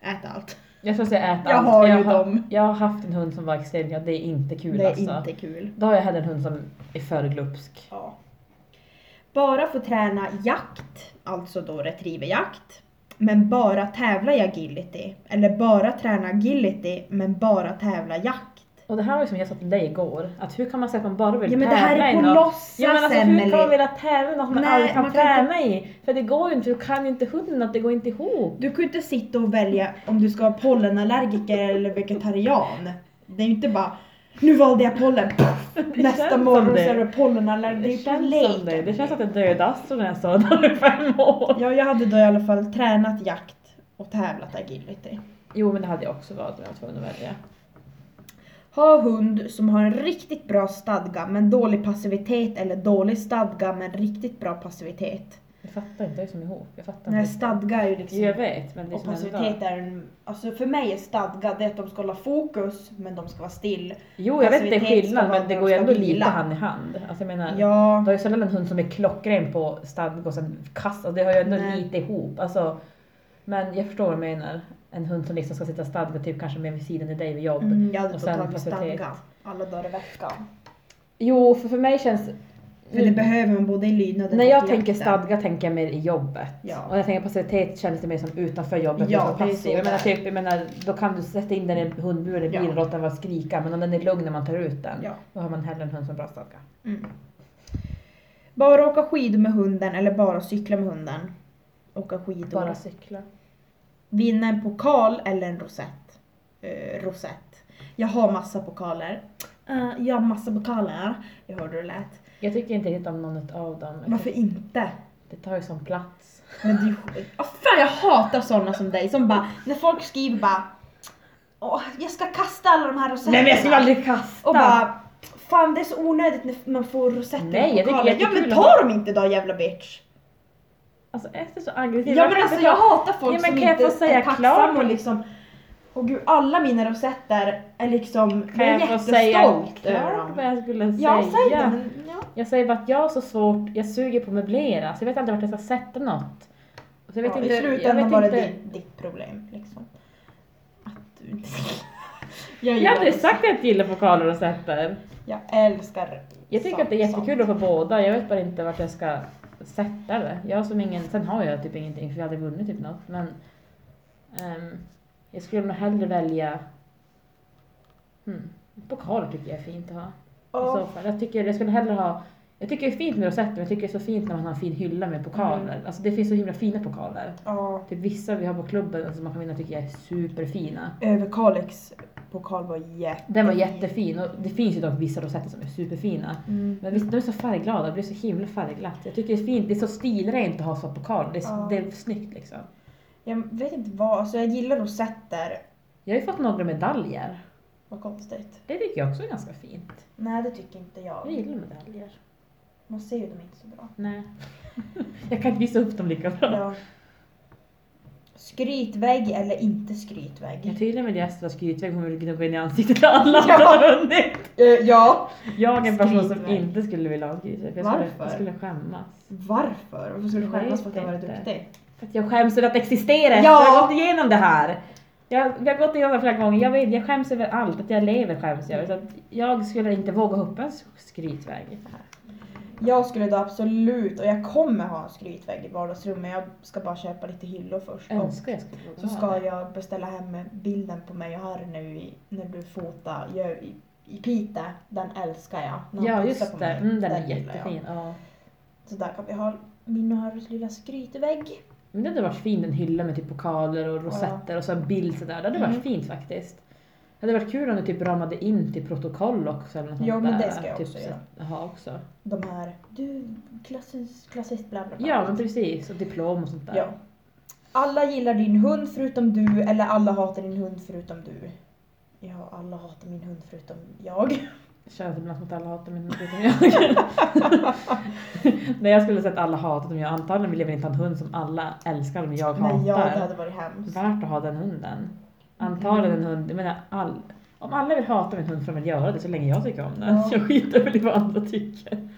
S2: Äta allt.
S1: Jag ska säga ät
S2: Jag
S1: allt.
S2: har ju
S1: ha-
S2: dem.
S1: Jag har haft en hund som var extremt, ja det är inte kul
S2: det är
S1: alltså.
S2: inte kul.
S1: Då har jag hellre en hund som är för glupsk.
S2: Ja. Bara få träna jakt, alltså då retrieverjakt. Men bara tävla i agility. Eller bara träna agility, men bara tävla jakt.
S1: Och det här var ju som jag sa till dig igår, att hur kan man säga att man bara vill
S2: Ja men det
S1: tävla
S2: här
S1: i
S2: är på
S1: något?
S2: låtsas
S1: Ja men alltså hur
S2: Emelie.
S1: kan man vilja tävla i något man
S2: Nej,
S1: aldrig kan
S2: man kan
S1: träna i? För det går ju inte, du kan ju inte hunden att det går inte ihop.
S2: Du kan ju inte sitta och välja om du ska vara pollenallergiker eller vegetarian. Det är ju inte bara nu valde jag pollen,
S1: känns
S2: nästa
S1: som
S2: morgon
S1: det.
S2: så är du pollenallergiker.
S1: Det
S2: Det är ju
S1: känns som det.
S2: lek.
S1: Det känns att det dödas som jag sa när du är fem år.
S2: Ja jag hade då i alla fall tränat jakt och tävlat agility.
S1: Jo men det hade jag också valt om jag var tvungen att välja.
S2: Ha hund som har en riktigt bra stadga men dålig passivitet eller dålig stadga men riktigt bra passivitet.
S1: Jag fattar inte, det är som ihop. Jag fattar
S2: Nej,
S1: inte.
S2: stadga är ju
S1: Jo, jag
S2: liksom...
S1: vet men det är
S2: Och
S1: som ändå.
S2: passivitet är en... Alltså för mig är stadga det att de ska hålla fokus men de ska vara still.
S1: Jo jag vet det är
S2: passivitet
S1: skillnad
S2: ska vara
S1: men det
S2: när
S1: går
S2: de
S1: ju
S2: ska
S1: ändå
S2: vila.
S1: lite hand i hand. Alltså jag menar. Du
S2: Ja,
S1: har ju sällan en hund som är klockren på stadg och sen kast. Alltså, det har ju ändå
S2: Nej.
S1: lite ihop. Alltså, men jag förstår vad du menar. En hund som liksom ska sitta stadg och typ kanske med vid sidan i dig vid jobb.
S2: mm, jag hade
S1: och
S2: fått
S1: sen
S2: tagit
S1: passivitet.
S2: stadga alla dagar i veckan.
S1: Jo för, för mig känns...
S2: För det behöver man både i lydnaden
S1: Mm. När
S2: och
S1: jag
S2: i
S1: tänker
S2: jakten.
S1: stadga tänker jag mer i jobbet.
S2: Ja.
S1: Och när jag tänker passivitet känns det mer som utanför jobbet,
S2: Ja,
S1: utanför
S2: det är
S1: passiv.
S2: så
S1: Jag
S2: det
S1: menar,
S2: är.
S1: typ, jag menar, då kan du sätta in den i en hundbur eller
S2: Ja.
S1: bil och låta den vara skrika. Men om den är lugn när man tar ut den,
S2: Ja.
S1: då har man hellre en hund som är bra stadga.
S2: Mm. Bara åka skidor med hunden eller bara cykla med hunden. Åka skidor.
S1: cykla.
S2: Vinna en pokal eller en rosett. Eh, rosett. Jag har massa pokaler. Eh, jag har massa pokaler. Jag hörde hur det lät.
S1: Jag tycker inte riktigt om någon av dem. Jag
S2: Varför
S1: tycker-
S2: inte?
S1: Det tar ju sån plats.
S2: Men det är ju sk- Åh, Fan jag hatar sådana som dig som bara, när folk skriver bara Åh, jag ska kasta alla de här rosetterna.
S1: Nej men jag skulle aldrig kasta!
S2: Och bara, fan det är så onödigt när man får rosetter
S1: Nej, jag
S2: och
S1: tycker
S2: pokaler. Ja
S1: jättekul
S2: men
S1: att
S2: ta dem inte då jävla bitch!
S1: Alltså Ester är så aggressiv.
S2: Ja
S1: Varför
S2: men
S1: inte
S2: alltså
S1: ta-
S2: jag hatar folk
S1: Ja, men
S2: som
S1: kan jag
S2: inte
S1: få säga
S2: är
S1: klart?
S2: tacksam och liksom Åh gud, alla mina rosetter är liksom,
S1: Kan
S2: jag är
S1: jag få säga
S2: jättestolt över
S1: klart vad
S2: dem.
S1: jag skulle säga?
S2: Ja, säg det men, ja.
S1: Jag säger bara att jag har så svårt, jag suger på att möblera så jag vet aldrig vart jag ska sätta något. Så jag vet
S2: ja,
S1: inte,
S2: I
S1: jag
S2: slutändan
S1: vet
S2: var
S1: inte-
S2: det ditt, ditt problem liksom. Att du inte jag,
S1: Jag har aldrig
S2: gillar-
S1: sagt att jag gillar pokaler och sätter.
S2: Jag älskar
S1: Jag tycker
S2: sånt-
S1: att det är jättekul att få båda, jag vet bara inte vart jag ska sätta det. Jag har som ingen, sen har jag typ ingenting för jag har aldrig vunnit typ något men ehm, jag skulle nog hellre välja hmm, pokaler tycker jag är fint att ha. I så
S2: sånt.
S1: fall. Jag, tycker, jag skulle hellre ha jag tycker det är fint med rosetter, men jag tycker det är så fint när man har en fin hylla med pokaler. Alltså det finns så himla fina pokaler.
S2: Ja, ja.
S1: Typ vissa vi har på klubben som man kan vinna tycker jag är superfina.
S2: Överkalix pokal var jätte...
S1: Den var jättefin och det finns ju dock vissa rosetter som är superfina.
S2: Mm.
S1: Men visst, de är så färgglada, det blir så himla färgglatt. Jag tycker det är fint, det är så stilrent att ha så pokal. Det är,
S2: Ja.
S1: det är snyggt liksom.
S2: Jag vet inte vad, alltså jag gillar rosetter.
S1: Jag har ju fått några medaljer.
S2: Vad konstigt.
S1: Det tycker jag också är ganska fint.
S2: Nej det tycker inte
S1: Jag
S2: jag.
S1: gillar medaljer.
S2: Man ser ju dem inte så bra.
S1: Nej. jag kan inte visa upp dem lika bra.
S2: Ja. Skrytvägg eller inte
S1: Ja,
S2: skrytvägg?
S1: tydligen vill Ester vara skrytvägg, hon vill gnugga in i ansiktet alla andra som
S2: Ja.
S1: har vunnit.
S2: Eh, ja.
S1: Jag är en person som
S2: Skrytvägg.
S1: inte skulle vilja ha en skrytvägg, för jag skulle, jag
S2: Varför?
S1: skulle skämmas.
S2: Varför? Varför skulle du
S1: Jag
S2: skämmas
S1: vet
S2: för att jag var
S1: inte.
S2: duktig?
S1: För att jag skäms över att existera,
S2: Ja.
S1: jag har gått igenom det här. Jag, vi har gått igenom det flera gånger, jag vet, jag skäms över allt, att jag lever skäms jag över. Så att jag skulle inte våga gå upp en skrytväg.
S2: Jag skulle då absolut, och jag kommer ha en skrytvägg i vardagsrummet. Jag ska bara köpa lite hyllor först. Och
S1: Önskar jag skulle våga
S2: så
S1: ha
S2: ska
S1: det.
S2: jag beställa hem bilden på mig och Harry nu i, när du fotar gör, i, i Piteå. Den älskar jag. När han
S1: Ja
S2: pussar
S1: just
S2: på
S1: det,
S2: mig.
S1: mm, den är
S2: gillar jag.
S1: jättefin. Ja.
S2: Så där kan vi ha min och Harrys lilla skrytvägg.
S1: Men det hade varit fint, en hylla med typ pokaler och rosetter och så en bild sådär. Det hade
S2: Mm.
S1: varit fint faktiskt. Det hade varit kul om du typ ramade in till protokoll också eller något
S2: Ja,
S1: sånt
S2: men
S1: där. Typ
S2: det ska jag också
S1: så-
S2: göra.
S1: Jaha, också.
S2: De här, du klassiskt, klassiskt bla bla bla.
S1: Ja men precis, och diplom och sånt där.
S2: Ja. Alla gillar din hund förutom du eller alla hatar din hund förutom du. Ja, alla hatar min hund förutom jag.
S1: Känns ibland som att alla hatar mig förutom jag. Nej jag skulle säga att alla hatar dem. Jag antagligen vill jag väl inte ha en hund som alla älskar men jag hatar.
S2: Men jag, Mm. det hade varit hemskt.
S1: Värt att ha den hunden. Antagligen en hund, jag menar all... Om alla vill hata min hund får de väl göra det så länge jag tycker om den.
S2: Ja.
S1: Jag skiter väl i vad andra tycker.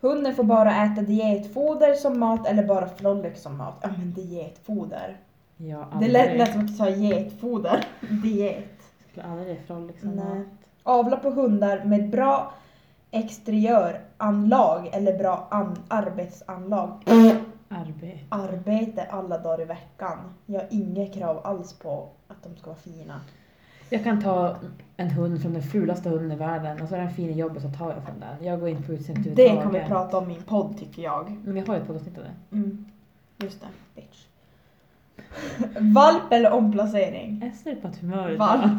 S2: Hunden får bara äta dietfoder som mat eller bara Frolic som mat. Ja men dietfoder.
S1: Jag
S2: Det
S1: aldrig,
S2: lät lät som att du sa getfoder. Diet.
S1: skulle aldrig ge liksom Frolic som
S2: Nej.
S1: mat.
S2: Avla på hundar med bra exteriöranlag eller bra an- arbetsanlag.
S1: Arbete.
S2: Arbete alla dagar i veckan. Jag har inga krav alls på att de ska vara fina.
S1: Jag kan ta en hund från den fulaste hunden i världen och så är den fin i jobbet så tar jag från den. Jag går inte på utseendet
S2: Det kan vi
S1: överhuvudtaget.
S2: prata om i en podd tycker jag.
S1: Men vi har ju ett poddavsnitt av det.
S2: Mm. Just det. Bitch. Valp eller omplacering?
S1: Ester är på ett humör idag.
S2: Valp.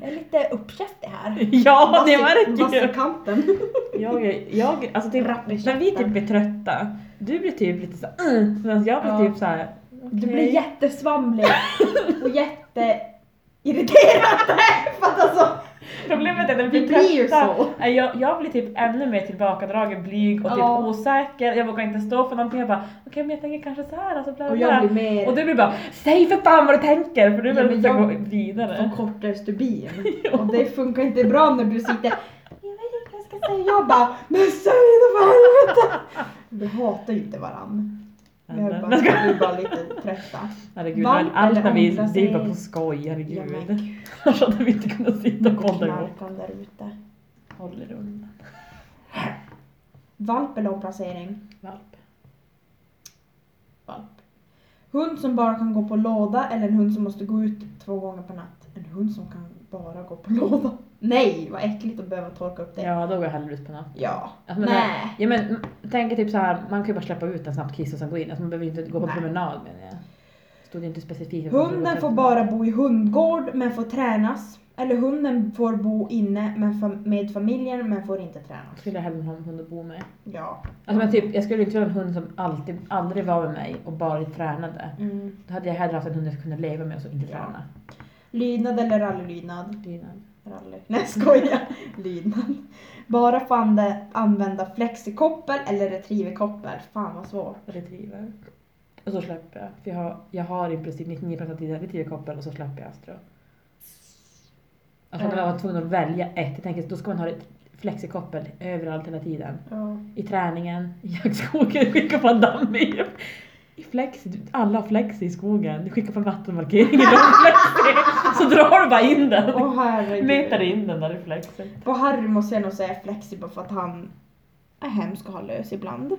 S2: Jag är lite uppkäftig här.
S1: Ja, det
S2: Vass
S1: märker
S2: i
S1: jag.
S2: kanten.
S1: Jag, är- jag, alltså typ,
S2: Rapp i
S1: när vi typ
S2: käften.
S1: blir trötta, du blir typ lite såhär mm, medan jag blir
S2: Ja.
S1: typ såhär
S2: Du
S1: okej.
S2: blir jättesvamlig och jätteirriterad. För att alltså,
S1: Problemet är när vi
S2: det blir ju
S1: blir trötta,
S2: så.
S1: Nej, Jag, jag blir typ ännu mer tillbakadragen, blyg och typ
S2: Ja.
S1: osäker. Jag vågar inte stå för någonting. Jag bara okej men jag tänker kanske så här. Alltså, bla, bla,
S2: Och jag
S1: bla.
S2: blir mer
S1: och du blir bara säg för fan vad du tänker för du
S2: Ja,
S1: vill
S2: men
S1: inte
S2: jag-
S1: gå vidare.
S2: från kortaste bin.
S1: Ja.
S2: Och det funkar inte bra när du sitter jag vet inte vad jag ska säga. Jag bara, men säg det för helvete! Vi hatar ju inte varann. Vi är bara, vi är bara lite trötta.
S1: Herregud,
S2: Valp
S1: allt när vi,
S2: eller omplacering?
S1: det är bara på skoj,
S2: Ja,
S1: herregud.
S2: men gud,
S1: Annars hade vi inte kunnat sitta och podda ihop.
S2: knarkan där ute.
S1: Håller undan.
S2: Valp eller omplacering?
S1: Valp.
S2: valp. Hund som bara kan gå på låda eller en hund som måste gå ut två gånger per natt. En hund som kan bara gå på låda. Nej, vad äckligt att behöva torka upp det.
S1: Ja, då går jag hellre ut på natten.
S2: Ja.
S1: Alltså, men-
S2: Nej.
S1: Ja men m- tänk er typ så här, man kan ju bara släppa ut en snabbt kiss och sen gå in. Alltså, man behöver ju inte gå på
S2: Nej.
S1: promenad menar jag. Stod ju inte specifikt. att man skulle gå
S2: Hunden
S1: till-
S2: får bara bo i hundgård men får tränas. Eller hunden får bo inne men fam- med familjen men får inte tränas.
S1: Skulle jag hellre ha en hund att bo med.
S2: Ja.
S1: Alltså men typ, jag skulle inte vilja ha en hund som alltid, aldrig var med mig och bara tränade.
S2: Mm.
S1: Då hade jag hellre haft en hund jag kunde leva med och så inte
S2: Ja.
S1: träna.
S2: Lydnad eller rallylydnad?
S1: Dynan.
S2: Rally. Nej skoja. Lydnad. Bara får ande- använda flexikoppel eller retrieverkoppel. Fan vad svårt.
S1: Retriever. Och så släpper jag. För jag har, jag har i princip 99% av tiden retrieverkoppel och så släpper jag Astro. Alltså om jag var tvungen att välja ett, jag tänker då ska man ha ett flexikoppel överallt hela tiden.
S2: Ja.
S1: I träningen, i jaktskogen, skicka på en dammig. I flex, alla har flex i skogen. Du skickar på en vattenmarkering i flexi. Så drar du bara in den.
S2: Åh herregud.
S1: Metar in den där i flexen.
S2: På Harry måste jag nog säga flexi bara för att han är hemsk och har lös ibland.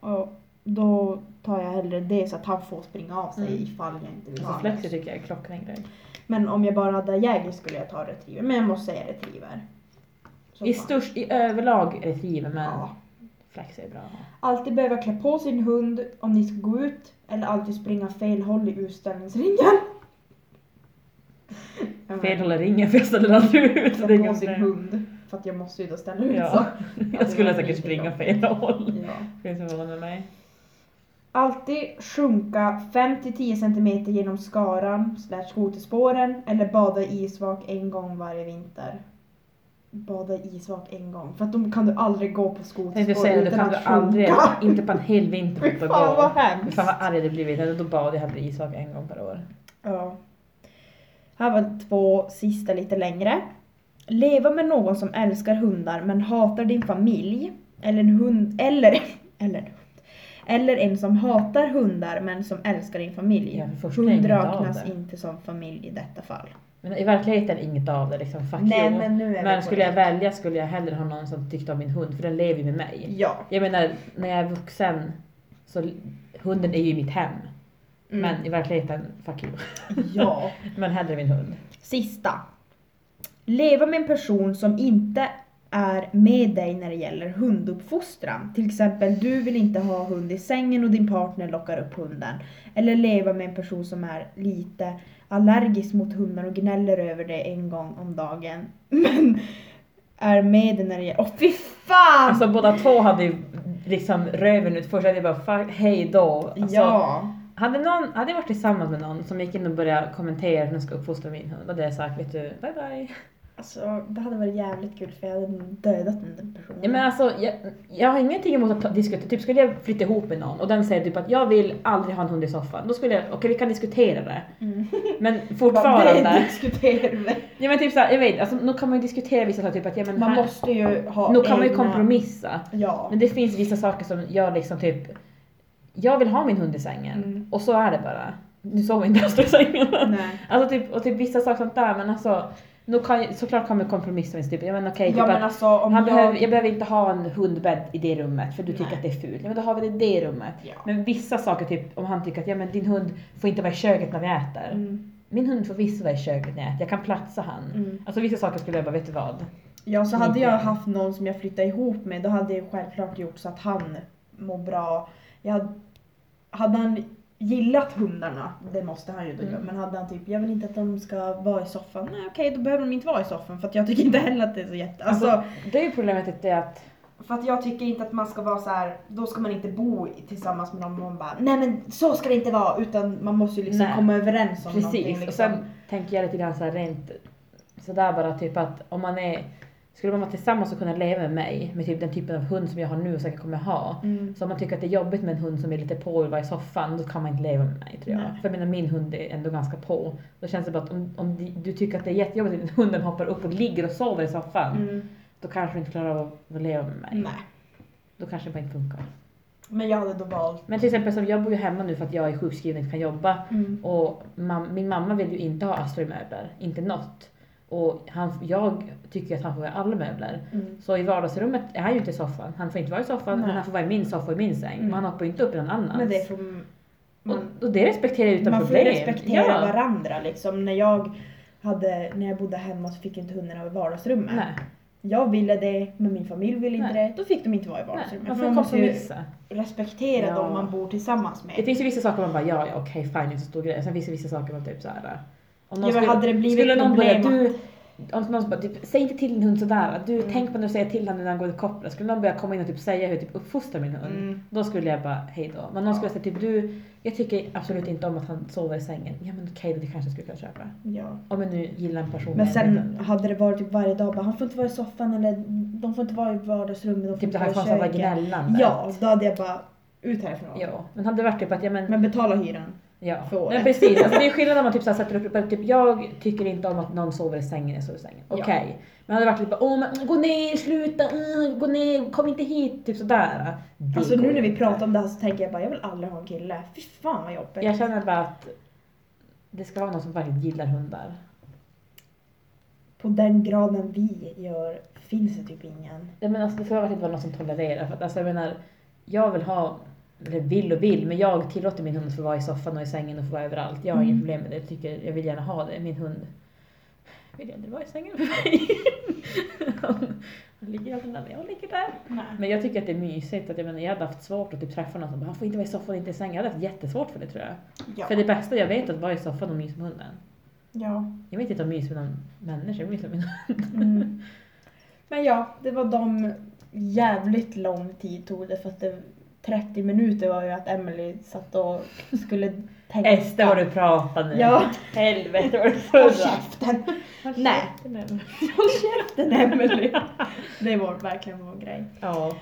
S2: Och då tar jag hellre det så att han får springa av sig
S1: Mm.
S2: ifall jag inte vill
S1: Så
S2: ha
S1: flexi
S2: lös.
S1: tycker jag är klockren grej.
S2: Men om jag bara hade jäger skulle jag ta retriever. Men jag måste säga retriever. Så
S1: I,
S2: fan.
S1: störst, I överlag retriever men
S2: Ja.
S1: flexi är bra att ha.
S2: Alltid behöva klä på sin hund om ni ska gå ut. Eller alltid springa fel håll i utställningsringen. Ja, men
S1: Fel håller ringen för jag ställer aldrig ut. Det är
S2: Klä på
S1: inget
S2: sin
S1: problem.
S2: hund. För att jag måste ju då ställa ut så.
S1: Ja. Jag skulle säkert springa fel håll.
S2: Ja.
S1: Finns det någon med mig?
S2: Alltid sjunka 5-10 cm genom skaran slash skoterspåren eller bada i isvak en gång varje vinter. Bada i isvak en gång, för att då kan du aldrig gå på
S1: Tänkte jag
S2: skoterspår
S1: säga, det
S2: utan
S1: kan du
S2: att
S1: aldrig,
S2: sjunka.
S1: inte på en hel vinter
S2: Fy
S1: utan
S2: fan
S1: gå.
S2: vad
S1: Fy
S2: hemskt.
S1: fan vad arg det blivit, eller då bad jag hellre i isvak en gång per år.
S2: Ja. Här var två sista lite längre. Leva med någon som älskar hundar men hatar din familj. Eller en hund, eller, eller, en hund. Eller en som hatar hundar men som älskar din familj.
S1: Ja, för första är
S2: Hund
S1: ingen av
S2: räknas
S1: det.
S2: inte som familj i detta fall.
S1: Men i verkligheten inget av det liksom. Fuck
S2: Nej,
S1: you.
S2: men nu är vi på
S1: men skulle jag
S2: det.
S1: välja skulle jag hellre ha någon som tyckte om min hund för den lever ju med mig.
S2: Ja.
S1: Jag menar när jag är vuxen så hunden är ju i mitt hem.
S2: Mm.
S1: Men i verkligheten, fuck you.
S2: Ja.
S1: Men hellre min hund.
S2: Sista. Leva med en person som inte är med dig när det gäller hunduppfostran. Till exempel, du vill inte ha hund i sängen och din partner lockar upp hunden. Eller leva med en person som är lite allergisk mot hundar och gnäller över det en gång om dagen. Men är med dig när det gäller... Åh fy fan!
S1: Alltså båda två hade ju liksom röven ut först. Jag hade bara fuck, hej då. Alltså,
S2: ja.
S1: Hade, någon, hade jag varit tillsammans med någon som gick in och började kommentera hur den ska uppfostra min hund, hade jag sagt vet du, bye bye.
S2: Alltså, det hade varit jävligt kul för jag hade dödat den personen.
S1: Ja, men alltså, jag, jag har ingenting emot att ta- diskutera, typ skulle jag flytta ihop med någon och den säger typ att jag vill aldrig ha en hund i soffan, då skulle jag, okej vi kan diskutera det.
S2: Mm.
S1: Men
S2: Bara, "Det
S1: fortfarande.
S2: diskuterar vi.
S1: ja men typ såhär, jag vet, alltså, nu kan man ju diskutera vissa saker, typ att ja men
S2: Man
S1: här,
S2: måste ju ha
S1: nu kan man ju
S2: egna-
S1: kompromissa.
S2: Ja.
S1: Men det finns vissa saker som jag liksom typ, jag vill ha min hund i sängen.
S2: Mm.
S1: Och så är det bara. Nu sover inte Astrid i sängen.
S2: Nej.
S1: Alltså typ, och typ vissa saker sånt där men alltså, nu kan, ju- såklart kan man kompromissa med typ, ja men okej,
S2: ja
S1: typ
S2: men
S1: att
S2: alltså om
S1: han
S2: jag...
S1: behöver, jag behöver inte ha en hundbädd i det rummet för du tycker
S2: Nej.
S1: att det är fult. Ja, men då har vi det i det rummet.
S2: Ja.
S1: Men vissa saker, typ om han tycker att ja, men din hund får inte vara i köket när vi äter.
S2: Mm,
S1: Min hund får visst vara i köket när jag äter, jag kan platsa han.
S2: mm.
S1: Alltså vissa saker skulle jag bara, vet du vad?
S2: Ja så hade
S1: Lite.
S2: jag haft någon som jag flyttade ihop med då hade jag självklart gjort så att han mår bra. Jag hade, hade han gillat hundarna, det måste han ju då
S1: Mm.
S2: göra, men hade han typ jag vill inte att de ska vara i soffan, nej okej då behöver de inte vara i soffan för att jag tycker inte heller att det är så jätte... Alltså,
S1: Det är ju problemet det är att,
S2: För att jag tycker inte att man ska vara så här. då ska man inte bo tillsammans med någon och man bara nej men så ska det inte vara utan man måste ju liksom
S1: Nej.
S2: komma överens om någonting. liksom.
S1: precis. Och sen tänker jag lite grann så här rent sådär bara typ att om man är, skulle man vara tillsammans och kunna leva med mig, med typ den typen av hund som jag har nu och säkert kommer ha.
S2: Mm.
S1: Så om man tycker att det är jobbigt med en hund som är lite på och vara i soffan, då kan man inte leva med mig tror jag.
S2: Nej.
S1: För jag menar min hund är ändå ganska på. Då känns det bara att om, om di- du tycker att det är jättejobbigt att hunden hoppar upp och ligger och sover i soffan,
S2: Mm.
S1: då kanske du inte klarar av att leva med mig.
S2: Nej.
S1: Då kanske det bara inte funkar.
S2: Men jag hade då valt.
S1: Men till exempel som jag bor ju hemma nu för att jag är sjukskriven och inte kan jobba.
S2: Mm.
S1: Och mam- min mamma vill ju inte ha Astro i möbler, inte något. Och han, jag tycker att han får vara i alla möbler.
S2: Mm.
S1: Så i vardagsrummet är han ju inte i soffan. Han får inte vara i soffan,
S2: Nej.
S1: men han får vara i min soffa och i min säng.
S2: Mm.
S1: Men han hoppar ju inte upp i någon annans.
S2: Men det är från, man,
S1: och, och det respekterar jag utan
S2: man får ju
S1: problem.
S2: respektera
S1: Ja.
S2: varandra liksom. När jag, hade, när jag bodde hemma så fick inte hundarna vara i vardagsrummet.
S1: Nej,
S2: Jag ville det men min familj ville inte det. Då fick de inte vara i
S1: nej.
S2: vardagsrummet.
S1: Man
S2: För
S1: får kompromissa.
S2: respektera
S1: Ja.
S2: dem man bor tillsammans med.
S1: Det finns ju vissa saker man bara, ja, ja okej, fine, det är inte så stor grej. Sen finns det vissa saker man typ såhär... Om
S2: Ja, men hade det blivit
S1: skulle någon börja,
S2: problem
S1: du... Om någon bara, typ, säg inte till din hund sådär. Du,
S2: Mm.
S1: Tänk på när du säger till honom när han går i kopplet. Skulle någon börja komma in och typ säga hur jag typ uppfostrar min hund.
S2: Mm.
S1: Då skulle jag bara, hej då. Men någon skulle säga typ, du, jag tycker absolut inte om att han sover i sängen. Ja men okej, då det kanske jag skulle kunna köpa.
S2: Ja.
S1: Om jag nu gillar en person.
S2: Men
S1: med en
S2: sen
S1: hund.
S2: hade det varit typ varje dag bara, han får inte vara i soffan eller de får inte vara i vardagsrummet, de får
S1: Typ det
S2: inte
S1: här
S2: vara
S1: konstanta
S2: i köket.
S1: gnällandet.
S2: Ja, då hade jag bara ut härifrån.
S1: Ja, men hade det varit typ att, ja men
S2: Men betala hyran.
S1: Ja,
S2: för året.
S1: Nej, precis. Alltså, det är skillnad om man typ så här sätter upp typ jag tycker inte om att någon sover i sängen, jag sover i sängen.
S2: Ja.
S1: Okej. Men hade det varit typ åh men gå ner, sluta, mm, gå ner, kom inte hit, typ sådär. Det
S2: Alltså nu
S1: går
S2: när vi
S1: inte.
S2: pratar om det här så tänker jag bara, jag vill aldrig ha en kille. Fy fan vad jobbigt.
S1: Jag känner bara att det ska vara någon som verkligen gillar hundar.
S2: På den graden vi gör finns det typ ingen.
S1: Nej men alltså det ska verkligen vara någon som tolererar för att alltså jag menar, jag vill ha, eller vill och vill, men jag tillåter min hund att få vara i soffan och i sängen och få vara överallt. Jag har
S2: Mm.
S1: inget problem med det, jag, tycker, jag vill gärna ha det. Min hund vill aldrig vara i sängen för mig. han, han ligger aldrig när jag ligger där.
S2: Nej.
S1: Men jag tycker att det är mysigt, att jag menar jag hade haft svårt att typ träffa någon som bara, han får inte vara i soffan, inte i sängen. Jag hade haft jättesvårt för det tror jag.
S2: Ja.
S1: För det bästa jag vet är att vara i soffan och mysa med hunden.
S2: ja.
S1: Jag vet inte om jag myser med någon människa, jag myser med min hund.
S2: Mm. Men ja, det var de jävligt lång tid tog det för att det, 30 minuter var ju att Emily satt och skulle tänka.
S1: Ester vad du pratar nu!
S2: Ja.
S1: Helvete vad du
S2: Håll
S1: surrar!
S2: käften!
S1: Nej.
S2: Håll käften Emily. Det var verkligen vår grej.
S1: Ja.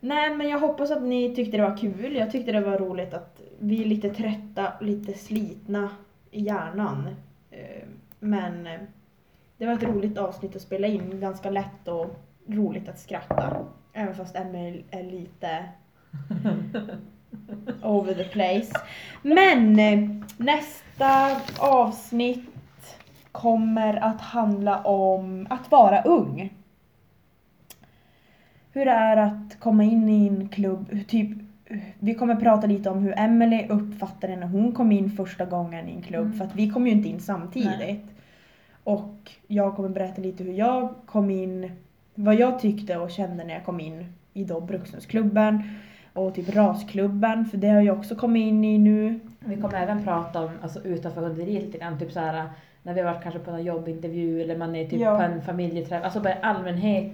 S2: Nej men jag hoppas att ni tyckte det var kul. Jag tyckte det var roligt att vi är lite trötta, lite slitna i hjärnan. Eh, Men eh, det var ett roligt avsnitt att spela in. Ganska lätt och roligt att skratta. Även fast Emil är lite over the place. Men eh, nästa avsnitt kommer att handla om att vara ung. Hur det är att komma in i en klubb, hur typ eh, vi kommer prata lite om hur Emily uppfattade när hon kom in första gången i en klubb
S1: Mm.
S2: för att vi kom ju inte in samtidigt.
S1: Nej.
S2: Och jag kommer berätta lite hur jag kom in, vad jag tyckte och kände när jag kom in i då Brukshundsklubben och typ rasklubben för det har jag också kommit in i nu.
S1: Vi kommer även prata om alltså, utanför hunderiet lite grann, typ så här när vi har varit kanske på någon jobbintervju eller man är typ
S2: Ja.
S1: på en familjeträff, alltså bara i allmänhet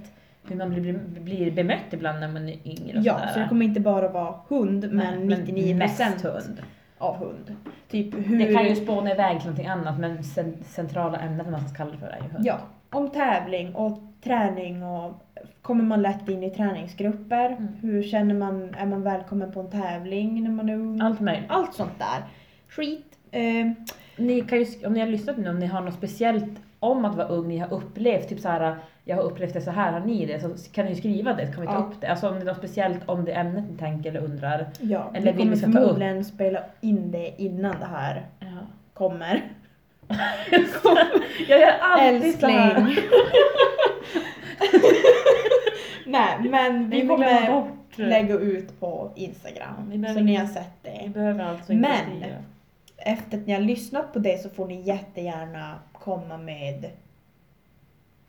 S1: hur man blir, blir bemött ibland när man är yngre och
S2: Ja,
S1: sådär.
S2: så det kommer inte bara vara hund
S1: Nej,
S2: men 99%
S1: mest hund.
S2: av hund. Typ hur...
S1: Det kan ju spåna iväg till någonting annat men cen- centrala ämnet om man ska kalla det för är ju hund.
S2: Ja, om tävling och träning och kommer man lätt in i träningsgrupper?
S1: Mm.
S2: Hur känner man, är man välkommen på en tävling när man är ung?
S1: Allt möjligt.
S2: Allt sånt där. Skit. Eh,
S1: Ni kan ju, sk- om ni har lyssnat nu, om ni har något speciellt om att vara ung, ni har upplevt, typ så här, jag har upplevt det så här, har ni det? Så kan ni ju skriva det, kan vi ta
S2: Ja.
S1: upp det? Alltså om det är något speciellt om det ämnet ni tänker eller undrar.
S2: ja,
S1: Eller vill
S2: vi kommer
S1: vi ska ta upp?
S2: förmodligen spela in det innan det här kommer.
S1: jag gör alltid så här.
S2: Älskling. Nej, men vi
S1: Ni glömmer
S2: kommer
S1: bort det.
S2: lägga ut på
S1: Ja,
S2: Instagram.
S1: ni behöver
S2: så ni
S1: inte-
S2: har sett
S1: Ni
S2: det.
S1: behöver alltså inte
S2: Men-
S1: skriva.
S2: Efter att ni har lyssnat på det så får ni jättegärna komma med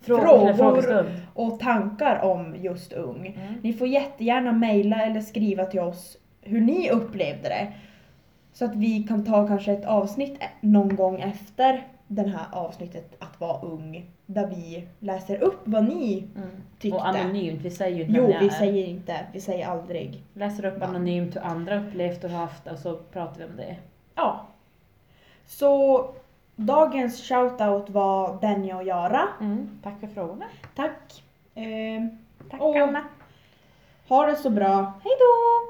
S1: Frågor.
S2: Frågor.
S1: Eller frågestund.
S2: och tankar om just ung.
S1: Mm.
S2: Ni får jättegärna mejla eller skriva till oss hur ni upplevde det. Så att vi kan ta kanske ett avsnitt e- någon gång efter det här avsnittet att vara ung. Där vi läser upp vad ni
S1: Mm.
S2: tyckte.
S1: Och anonymt, vi säger ju inte
S2: Jo,
S1: vem
S2: vi
S1: jag är.
S2: säger inte, vi säger aldrig.
S1: Läser upp
S2: Ja.
S1: anonymt hur andra upplevt och haft och så pratar vi om det.
S2: Ja. Så dagens shoutout var Denja och Jara.
S1: Tack för frågorna.
S2: Tack. Eh,
S1: Tack
S2: och
S1: Anna.
S2: Ha det så bra.
S1: Hej då!